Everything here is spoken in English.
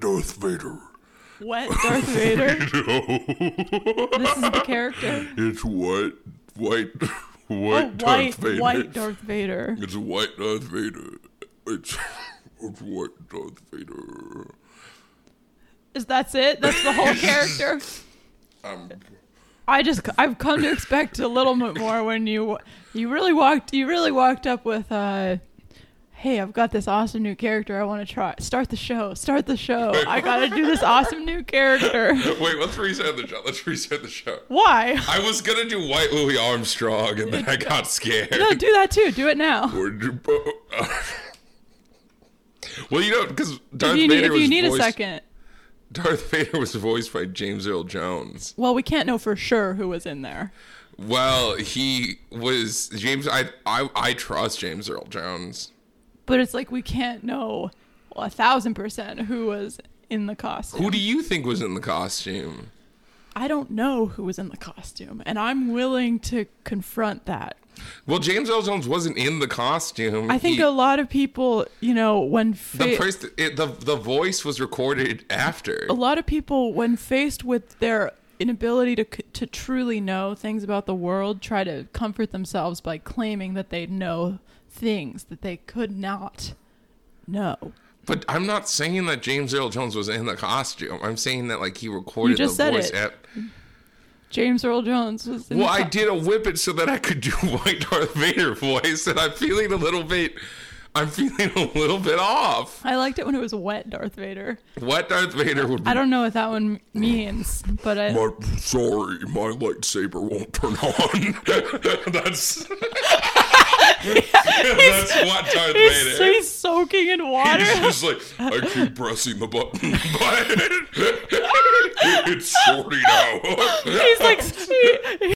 Vader. Wet Darth Vader. No. this is the character. it's white, white, white Oh, Darth white, Vader. white Darth Vader. It's white Darth Vader. It's, it's white Darth Vader. Is that's it? That's the whole character. I'm, I just I've come to expect a little bit more when you you really walked you really walked up with uh hey I've got this awesome new character I want to try start the show start the show I gotta do this awesome new character wait, let's reset the show. Let's reset the show. why I was gonna do White Louis Armstrong, and then I got scared. no do that too do it now Or do bo- well, you know, because Darth if you, need, Vader if was you need a voiced, second Darth Vader was voiced by James Earl Jones. well we can't know for sure who was in there Well, he was James. I I, I trust James Earl Jones. but it's like we can't know a thousand percent who was in the costume Who do you think was in the costume? I don't know who was in the costume and I'm willing to confront that Well, James Earl Jones wasn't in the costume. I think He- a lot of people, you know, when the fa- first it, the the voice was recorded after. a lot of people when faced with their inability to c- to truly know things about the world try to comfort themselves by claiming that they know things that they could not know. But I'm not saying that James Earl Jones was in the costume. I'm saying that like he recorded just the said voice it. at. James Earl Jones was in Well, the I co- did a whip it so that I could do White Darth Vader voice, and I'm feeling a little bit. I'm feeling a little bit off. I liked it when it was wet Darth Vader. What Darth Vader would be? I don't know what that one means, but I, My, sorry, my lightsaber won't turn on. that's that's what Darth he's, Vader. he's soaking in water. He's just like I keep pressing the button, but it's sorting out. He's like, he,